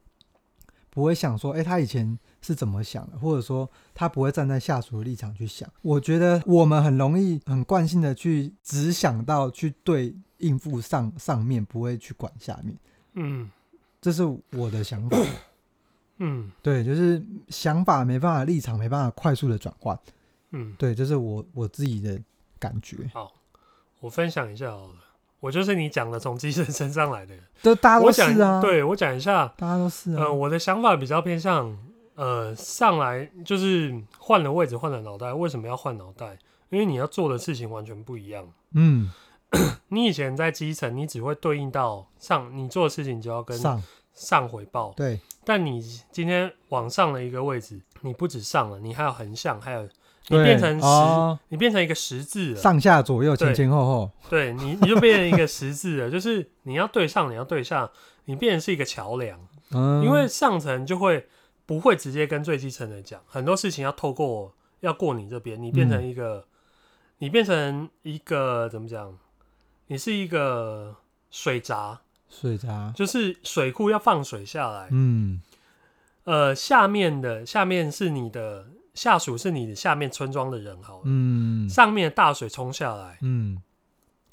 不会想说，哎、他以前是怎么想的，或者说他不会站在下属的立场去想？我觉得我们很容易很惯性的去只想到去对应付上上面，不会去管下面，
嗯
这是我的 [coughs] 想法。
嗯
对，就是想法没办法，立场没办法快速的转换。
嗯，
对，这是我我自己的感觉。
我分享一下好了，我就是你讲的从机身身上来的，
都大家
我
都
讲
是啊，，
对我讲一下，
大家都是啊
呃，。我的想法比较偏向，呃，上来就是换了位置，换了脑袋，为什么要换脑袋？因为你要做的事情完全不一样。
嗯，
你以前在基层，你只会对应到上，你做的事情就要跟
上
上回报。
对，
但你今天往上了一个位置，你不止上了，你还有横向，还有你
对
变成十，
哦
你变成一个十字了。
上下左右前
对
前后后。
对你，你就变成一个十字了，就是你要对上，你要对下，你变成是一个桥梁。
嗯，
因为上层就会不会直接跟最基层的讲，很多事情要透过要过你这边，你变
嗯
成一个，你变成一个怎么讲？你是一个水闸，
水闸，
就是水库要放水下来，
嗯
呃，下面的下面是你的下属是你的下面村庄的人好了，
嗯
上面的大水冲下来，
嗯，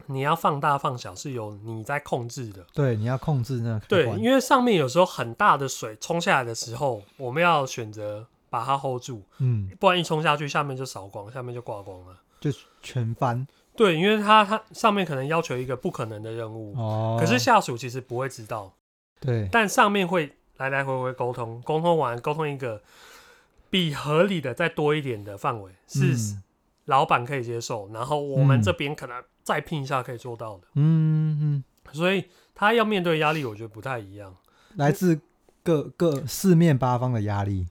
你要放大放小是由你在控制的。
对，你要控制那个开
对，
关。
因为上面有时候很大的水冲下来的时候，我们要选择把它 hold 住，
嗯，
不然一冲下去，下面就扫光，下面就挂光了。
就全翻
对，因为他他上面可能要求一个不可能的任务，
哦。
可是下属其实不会知道，
对，嗯
但上面会来来回回沟通，沟通完沟通一个比合理的再多一点的范围是
嗯
老板可以接受，然后我
嗯
们这边可能再拼一下可以做到的，
嗯嗯，
所以他要面对压力，我觉得不太一样。
来自各各四面八方的压力，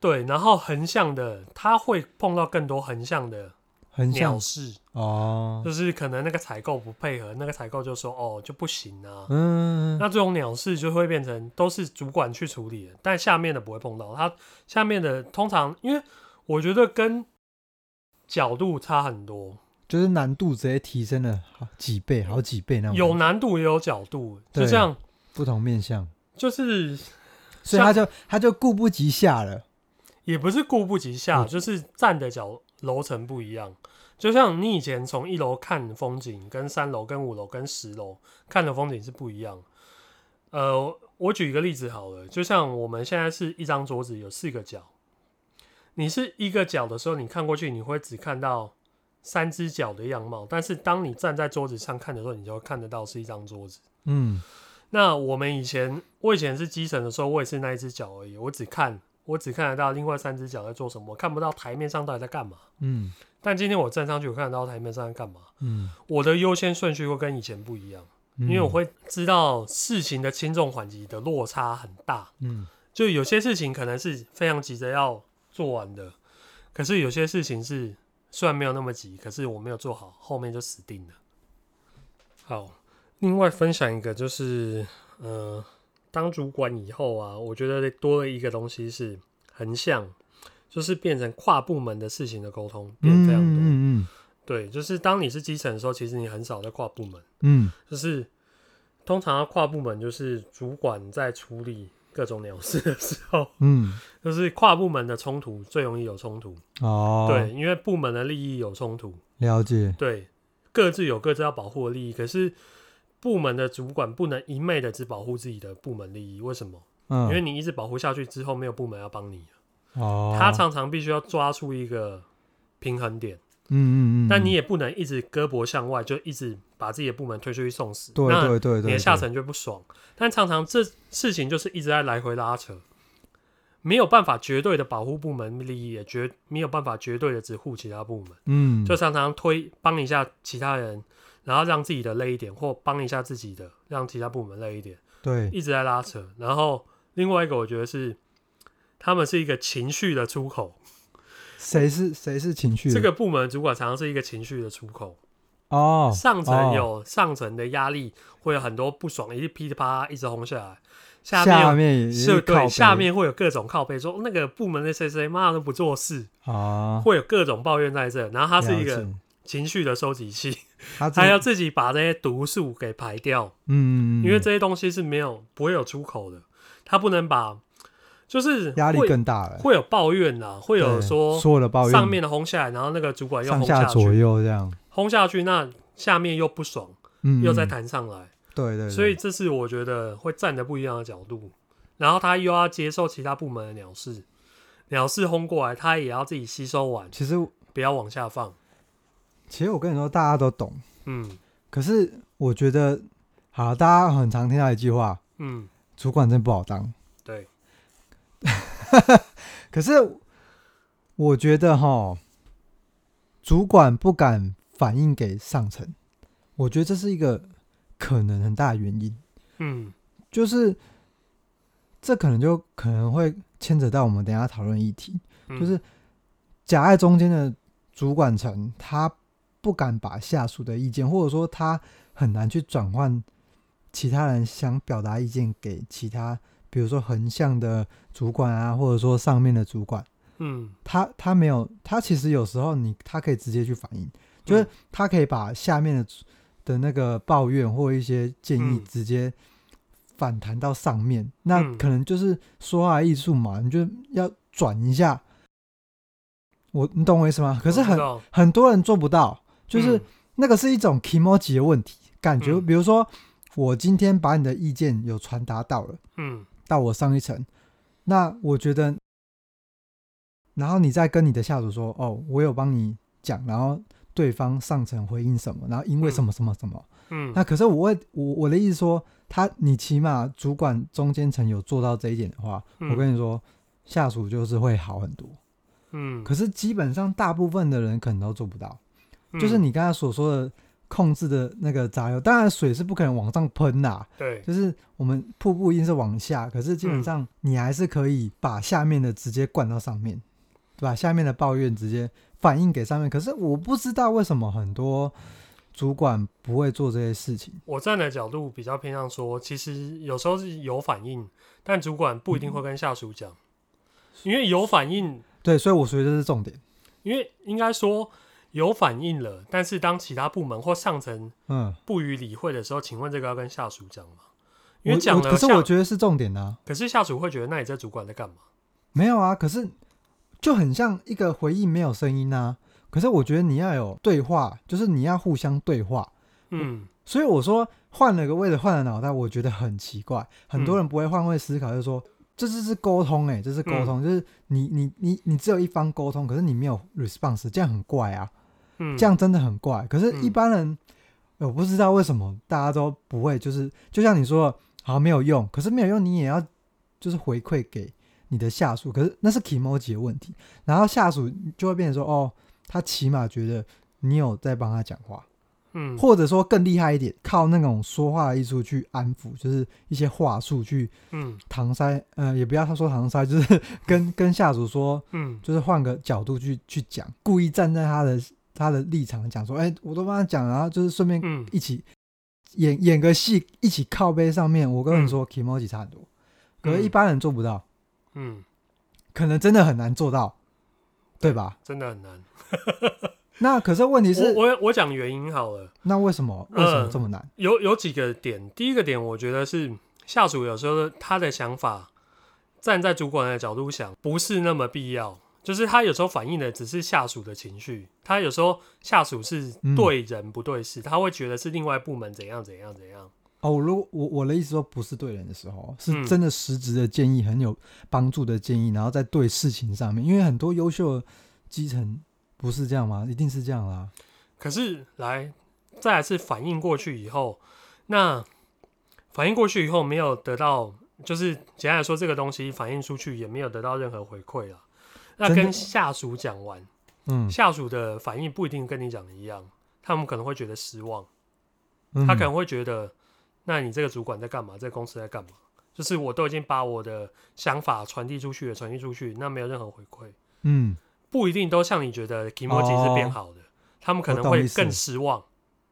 对，然后横向的他会碰到更多横向的
很像
鸟事，
哦。
就是可能那个采购不配合，那个采购就说哦就不行啊。
嗯，
那这种鸟事就会变成都是主管去处理的，但下面的不会碰到。他下面的通常，因为我觉得跟角度差很多，
就是难度直接提升了好几倍、好几倍那种，
有难度也有角度，
嗯对
就这样，
不同面向，
就是
所以他就他就顾不及下了。
也不是顾不及下，
嗯
就是站的角楼层不一样。就像你以前从一楼看风景，跟三楼、跟五楼、跟十楼看的风景是不一样。呃，我举一个例子好了，就像我们现在是一张桌子有四个角，你是一个角的时候，你看过去你会只看到三只脚的样貌，但是当你站在桌子上看的时候，你就会看得到是一张桌子。
嗯
那我们以前，我以前是基层的时候，我也是那一只脚而已，我只看我只看得到另外三只脚在做什么，我看不到台面上到底在干嘛。
嗯
但今天我站上去，我看得到台面上在干嘛。
嗯，
我的优先顺序会跟以前不一样，
因
因为我会知道事情的轻重缓急的落差很大。
嗯
就有些事情可能是非常急着要做完的，可是有些事情是虽然没有那么急，可是我没有做好，后面就死定了。好，另外分享一个就是，呃，当主管以后啊，我觉得多了一个东西是横向，就是变成跨部门的事情的沟通变得非常多。
嗯嗯
对，就是当你是基层的时候，其实你很少在跨部门。
嗯
就是通常要跨部门，就是主管在处理各种鸟事的时候，
嗯
就是跨部门的冲突最容易有冲突。
嗯，哦，
对，，因为部门的利益有冲突，
了解，
对，各自有各自要保护的利益。可是部门的主管不能一昧的只保护自己的部门利益，为什么？
嗯，
因为你一直保护下去之后，没有部门要帮你，
哦，
他常常必须要抓出一个平衡点。
嗯嗯嗯，
但你也不能一直胳膊向外，就一直把自己的部门推出去送死。
对
那
对对对，
你的下层就不爽。但常常这事情就是一直在来回拉扯，没有办法绝对的保护部门利益，也绝没有办法绝对的只护其他部门，
嗯，
就常常推帮一下其他人，然后让自己的累一点，或帮一下自己的，让其他部门累一点，
对，
一直在拉扯。然后另外一个我觉得是。他们是一个情绪的出口，
谁是谁是情绪的？
这个部门主管常常是一个情绪的出口。
哦，
上层
哦
有上层的压力，会有很多不爽，一直噼里啪啦一直轰下来，下面有
下面也靠
是对，
北
下面会有各种靠背说那个部门的谁谁妈的不做事，
啊，
会有各种抱怨在这。然后他是一
了
个
解，
情绪的收集 [laughs] 器，
他
他
这
要自己把这些毒素给排掉，
嗯，嗯嗯
因为这些东西是没有不会有出口的，他不能把就是
压力
会
更大了，
会有抱怨啦，会有
对
说
所有的抱怨
上面的轰下来，然后那个主管又
上
轰下
左
去，
右这样，
轰下去，那下面又不爽，
嗯，
又再
嗯
弹上来，
对对，对
所以这是我觉得会站得不一样的角度，然后他又要接受其他部门的鸟事，鸟事轰过来，他也要自己吸收完，
其实
不要往下放。
其实我跟你说，大家都懂，
嗯
可是我觉得，好，大家很常听到一句话，
嗯，
主管真不好当。
对，
可是我觉得哈，主管不敢反映给上层，我觉得这是一个可能很大的原因，
嗯
就是这可能就可能会牵扯到我们等一下讨论的议题，
嗯
就是夹在中间的主管层，他不敢把下属的意见，或者说他很难去转换其他人想表达意见给其他，比如说横向的主管啊，或者说上面的主管，
嗯
他他没有，他其实有时候你他可以直接去反映，就是
嗯
他可以把下面的主的那个抱怨或一些建议
嗯
直接反弹到上面，那
嗯
可能就是说话艺术嘛，你就要转一下。我你懂我意思吗？可是
我知
很
道
很多人做不到，就是
嗯
那个是一种 e m o j i 的问题感觉。
嗯
比如说，我今天把你的意见有传达到了。
嗯
到我上一层，那我觉得，然后你再跟你的下属说，哦，我有帮你讲，然后对方上层回应什么，然后因为什么什么什么，
嗯，
那可是我会我我的意思说，他你起码主管中间层有做到这一点的话，
嗯
我跟你说，下属就是会好很多。
嗯
可是基本上大部分的人可能都做不到，就是
嗯
你刚才所说的控制的那个闸流，当然水是不可能往上喷呐、
对
就是我们瀑布一定是往下，可是基本
嗯
上你还是可以把下面的直接灌到上面，把下面的抱怨直接反映给上面。可是我不知道为什么很多主管不会做这些事情。
我站的角度比较偏向说，其实有时候是有反应，但主管不一定会跟下属讲，因为有反应
对，所以我觉得这是重点。
因为应该说有反应了，但是当其他部门或上层
嗯，
不予理会的时候，请问这个要跟下属讲吗？因
我
为讲
我
了，
可是
下
我觉得是重点啊。
可是下属会觉得，那你这主管在干嘛？
没有啊，可是就很像一个回应没有声音啊。可是我觉得你要有对话，就是你要互相对话。
嗯
所以我说换了个位置，换了脑袋，我觉得很奇怪。很多人不会换位思考，就是说这就是沟通、欸，哎，这是沟通，就是你你你你只有一方沟通，可是你没有 response，这样很怪啊，
嗯，
这样真的很怪。可是，一般人、呃我不知道为什么大家都不会，就是就像你说的，好没有用，可是没有用，你也要就是回馈给你的下属，可是那是 k i m o j i 的问题，然后下属就会变成说，哦，他起码觉得你有在帮他讲话，
嗯，
或者说更厉害一点，靠那种说话的艺术去安抚，就是一些话术去
嗯
搪塞，呃，也不要他说搪塞，就是 [laughs] 跟跟下属说，
嗯
就是换个角度去去讲，故意站在他的他的立场讲说，哎、我都帮他讲，然后就是顺便
嗯
一起演演个戏，一起靠背上面。我跟你说 k i m o j i 差很多，可是一般人做不到，
嗯，
可能真的很难做到，对吧？
真的很难。
那可是问题
我
是，
我我讲原因好了，
那为什么为
嗯
什么这么难？
有有几个点，第一个点我觉得是下属有时候他的想法站在主管的角度想，不是那么必要。就是他有时候反映的只是下属的情绪，他有时候下属是
嗯
对人不对事，他会觉得是另外部门怎样怎样怎样。
哦，我如果我我的意思说，不是对人的时候，是
嗯
真的实质的建议，很有帮助的建议，然后在对事情上面，因为很多优秀的基层不是这样吗？一定是这样啦。
可是来，再来是反应过去以后，那反应过去以后没有得到，就是简单来说，这个东西反映出去也没有得到任何回馈了。那
真的
跟下属讲完，
嗯，
下属的反应不一定跟你讲的一样，他们可能会觉得失望，
嗯
他可能会觉得，那你这个主管在干嘛？这个公司在干嘛？就是我都已经把我的想法传递出去了，传递出去，那没有任何回馈，
嗯，
不一定都像你觉得 k i m o j i 是变好的，他们可
哦我
能
懂
会
意思
更失望。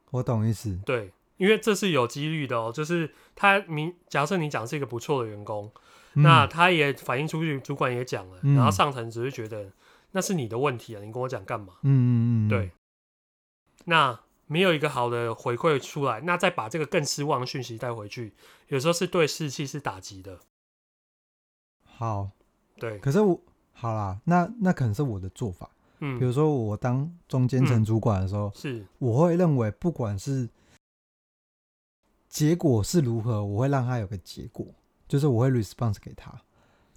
我懂意思。
对，因为这是有几率的哦。就是他明，假设你讲是一个不错的员工，
嗯
那他也反映出去，主管也讲了，
嗯
然后上层只是觉得那是你的问题啊，你跟我讲干嘛？
嗯嗯嗯，嗯
对，，那没有一个好的回馈出来，那再把这个更失望的讯息带回去，有时候是对士气是打击的。
好。
对，
可是我好啦，那那可能是我的做法。比
嗯，
如说我当中间层主管的时候，
是，
我会认为不管是结果是如何，我会让他有个结果，就是我会 response 给他。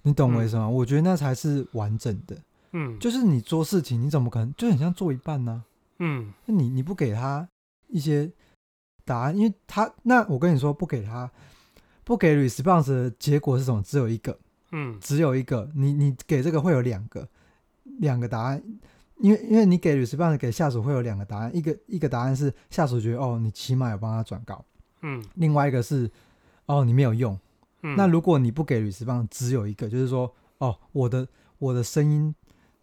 你懂我意思吗？我觉得那才是完整的。
嗯，
就是你做事情，你怎么可能就很像做一半呢、
嗯
那你你不给他一些答案，因为他那我跟你说，不给他不给 response 的结果是什么？只有一个，
嗯
只有一个，你你给这个会有两个两个答案，因为因为你给 response 给下属会有两个答案，一个一个答案是下属觉得哦你起码有帮他转告，
嗯
另外一个是哦你没有用。
嗯，
那如果你不给 response，只有一个就是说哦我的我的声音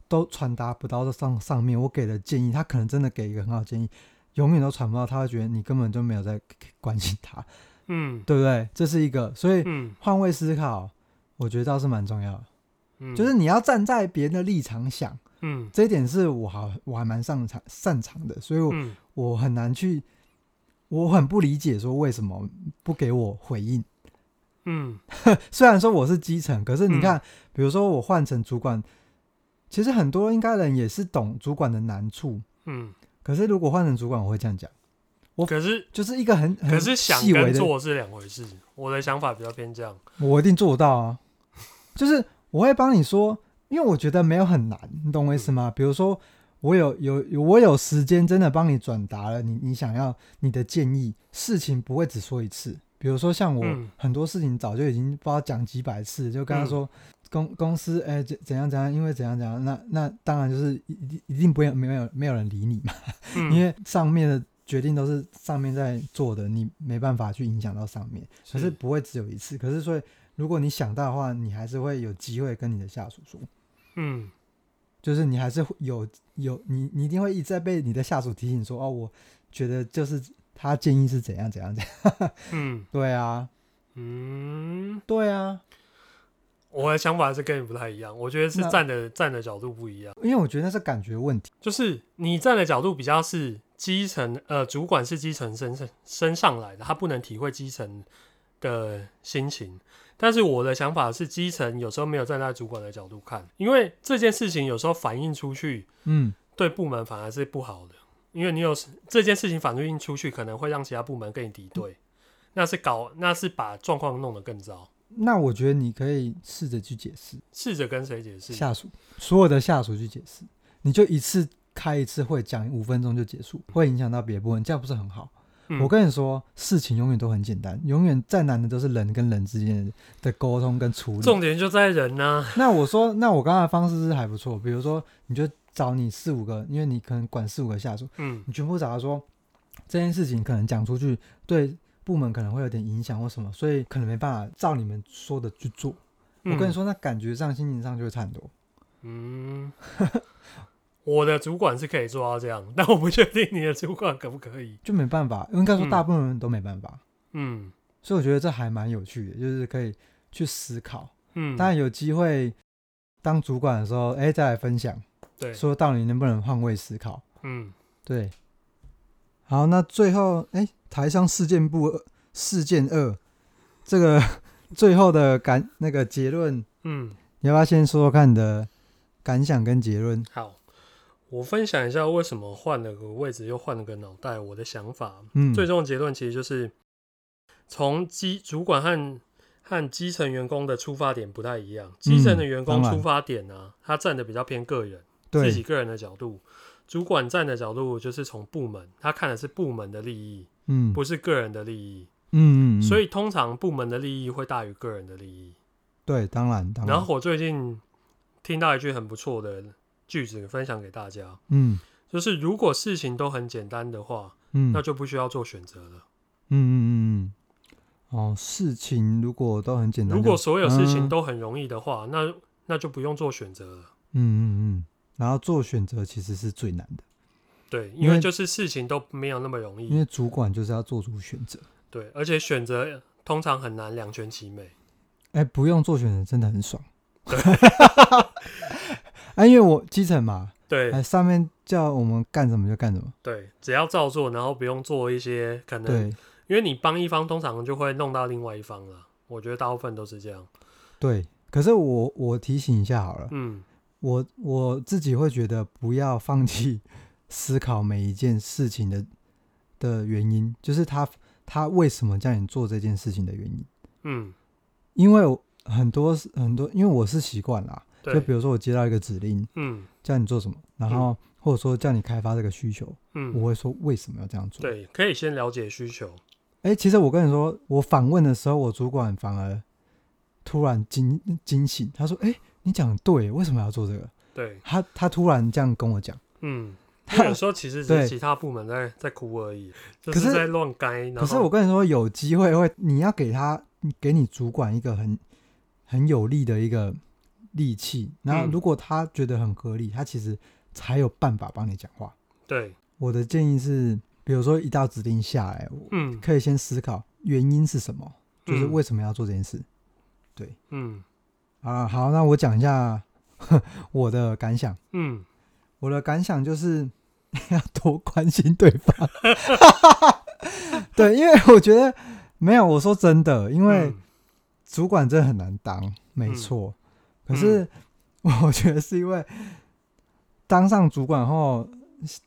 都传达不到这上上面，我给的建议他可能真的给一个很好的建议，永远都传不到，他会觉得你根本就没有在关心他，
嗯
对不对？这是一个，所以
嗯
换位思考，我觉得倒是蛮重要的。
嗯，
就是你要站在别人的立场想，
嗯
这一点是我好我还蛮擅长擅长的，所以我、
嗯
我很难去，我很不理解说为什么不给我回应。 [laughs]
嗯
虽然说我是基层，可是你看，比如说我换成主管，其实很多应该人也是懂主管的难处，
嗯，
可是如果换成主管，我会这样讲，我
可是
就是一个很很
可是想
嗯细微
跟
的，
做是两回事，我的想法比较偏这样。
我一定做得到啊，就是我会帮你说，因为我觉得没有很难，你懂我意思吗？比如说我有有有我有时间真的帮你转达了你你想要你的建议，事情不会只说一次。比如说像我
嗯
很多事情早就已经不知道讲几百次，就跟他说公公司哎怎怎样怎样，因为怎样怎样，那那当然就是一定一定不会没有没有人理你嘛，
嗯，
因为上面的决定都是上面在做的，你没办法去影响到上面。可是不会只有一次。可是所以，如果你想到的话，你还是会有机会跟你的下属说，
嗯
就是你还是会有有你你一定会一直在被你的下属提醒说，哦，我觉得就是他建议是怎样怎样怎样。
嗯
[laughs] 对啊，
嗯，
对啊，
我的想法是跟你不太一样，我觉得是
那
站的站的角度不一样，
因为我觉得那是感觉问题。
就是你站的角度比较是基层，呃，主管是基层身上身上来的，他不能体会基层的心情。但是我的想法是，基层有时候没有站在主管的角度看，因为这件事情有时候反映出去，
嗯，
对部门反而是不好的，因为你有这件事情反映出去，可能会让其他部门跟你敌对，那是搞那是把状况弄得更糟。
那我觉得你可以试着去解释
试着跟谁解释？
下属，所有的下属去解释，你就一次开一次会，讲五分钟就结束，会影响到别的部分，这样不是很好？
嗯
我跟你说，事情永远都很简单，永远再难的都是人跟人之间的沟通跟处理。
重点就在人呐、
那我说，那我刚才的方式是还不错，比如说，你就找你四五个，因为你可能管四五个下属，
嗯
你全部找他说这件事情可能讲出去对部门可能会有点影响或什么，所以可能没办法照你们说的去做。
嗯，
我跟你说，那感觉上、心情上就会差很多。
嗯，我的主管是可以做到这样，但我不确定你的主管可不可以。
就没办法，应该说
嗯
大部分人都没办法，
嗯
所以我觉得这还蛮有趣的，就是可以去思考。
嗯，
当然有机会当主管的时候，哎、再来分享，
对，
说到底能不能换位思考？
嗯
对。好，那最后，哎、台商事件部二事件二，这个 [laughs] 最后的感那个结论，
嗯，
你要不要先说说看你的感想跟结论？
好，我分享一下为什么换了个位置又换了个脑袋，我的想法。
嗯，
最终的结论其实就是从基主管和和基层员工的出发点不太一样，基层的员
嗯
工
当然
出发点呢、啊他站的比较偏个人，自己
对，
个人的角度；主管站的角度就是从部门，他看的是部门的利益，
嗯
不是个人的利益。
嗯嗯，嗯
所以通常部门的利益会大于个人的利益。
对，当然，当
然后我最近听到一句很不错的句子，分享给大家，
嗯
就是如果事情都很简单的话，
嗯，
那就不需要做选择了。
嗯嗯嗯嗯，哦，事情如果都很简单就，
如果所有事情
嗯
都很容易的话，那那就不用做选择了。
嗯嗯嗯，然后做选择其实是最难的，
对，
因
因
为
为就是事情都没有那么容
因
易。
为主管就是要做出选择。
对，而且选择通常很难两全其美。
哎，不用做选择真的很爽。 [laughs] 啊，因为我基层嘛，
对
哎，上面叫我们干什么就干什么。
对，只要照做，然后不用做一些可能，
对
因为你帮一方，通常就会弄到另外一方了。我觉得大部分都是这
啊
样。
对，可是我我提醒一下好了，
嗯
我我自己会觉得不要放弃 [laughs] 思考每一件事情的的原因，就是他他为什么叫你做这件事情的原因。
嗯，
因为我很多是很多，因为我是习惯啦，就
对
比，如说我接到一个指令，
嗯
叫你做什么，然后或者说叫你开发这个需求，
嗯，
我会说为什么要这样做。，
对，可以先了解需求。
哎，其实我跟你说，我反问的时候，我主管反而突然惊惊醒，他说：“哎，你讲得对，为什么要做这个
对？”，
他他突然这样跟我讲， [laughs]
嗯，因为有时候其实只
对
是其他部门在在哭而已，就
可
是
是
在乱该。然
可是
后
我跟你说，有机会会，你要给他给你主管一个很很有力的一个利器，然后
嗯
如果他觉得很合理，他其实才有办法帮你讲话。
对，
我的建议是，比如说一道指令下来，我
嗯
可以先思考原因是什么，就是
嗯
为什么要做这件事。
嗯
啊，好，那我讲一下 [laughs] 我的感想。
嗯，
我的感想就是 [laughs] 要多关心对
[laughs]
方。对，因为我觉得没有，我说真的，因为
嗯
主管真的很难当，没
嗯
错。可是 [laughs] 我觉得是因为当上主管后，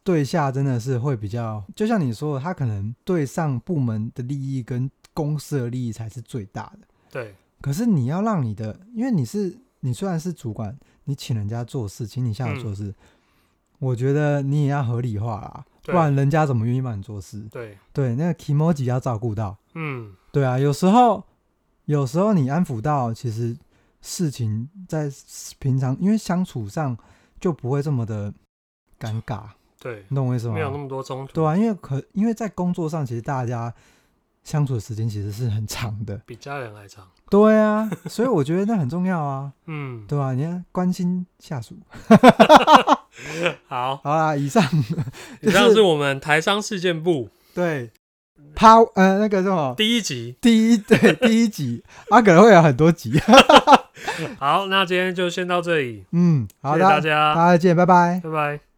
对下真的是会比较，就像你说的，他可能对上部门的利益跟公司的利益才是最大的。
对，
可是你要让你的，因为你是你虽然是主管，你请人家做事，请你下属做事，我觉得你也要合理化啦，不
嗯对
然人家怎么愿意帮你做事？
对，
对，那个 k i m o j i 要照顾到，
嗯
对啊，有时候有时候你安抚到，其实事情在平常因为相处上就不会这么的尴尬，
对，
你懂我意思吗？
没有那么多冲突，
对啊，因为可因为在工作上，其实大家相处的时间其实是很长的，
比家人还长。
对啊，所以我觉得那很重要啊。
嗯，
对啊，你要关心下属。 [laughs]
好，
好啦，以上 [laughs]
以
就
上
是
是我们台商事件部
对趴呃那个什么
第一集。
第一对第一集，啊可能会有很多集。
好，那今天就先到这里，
嗯，好
谢谢
的，
大
大
家，
家再见，拜拜。
拜拜。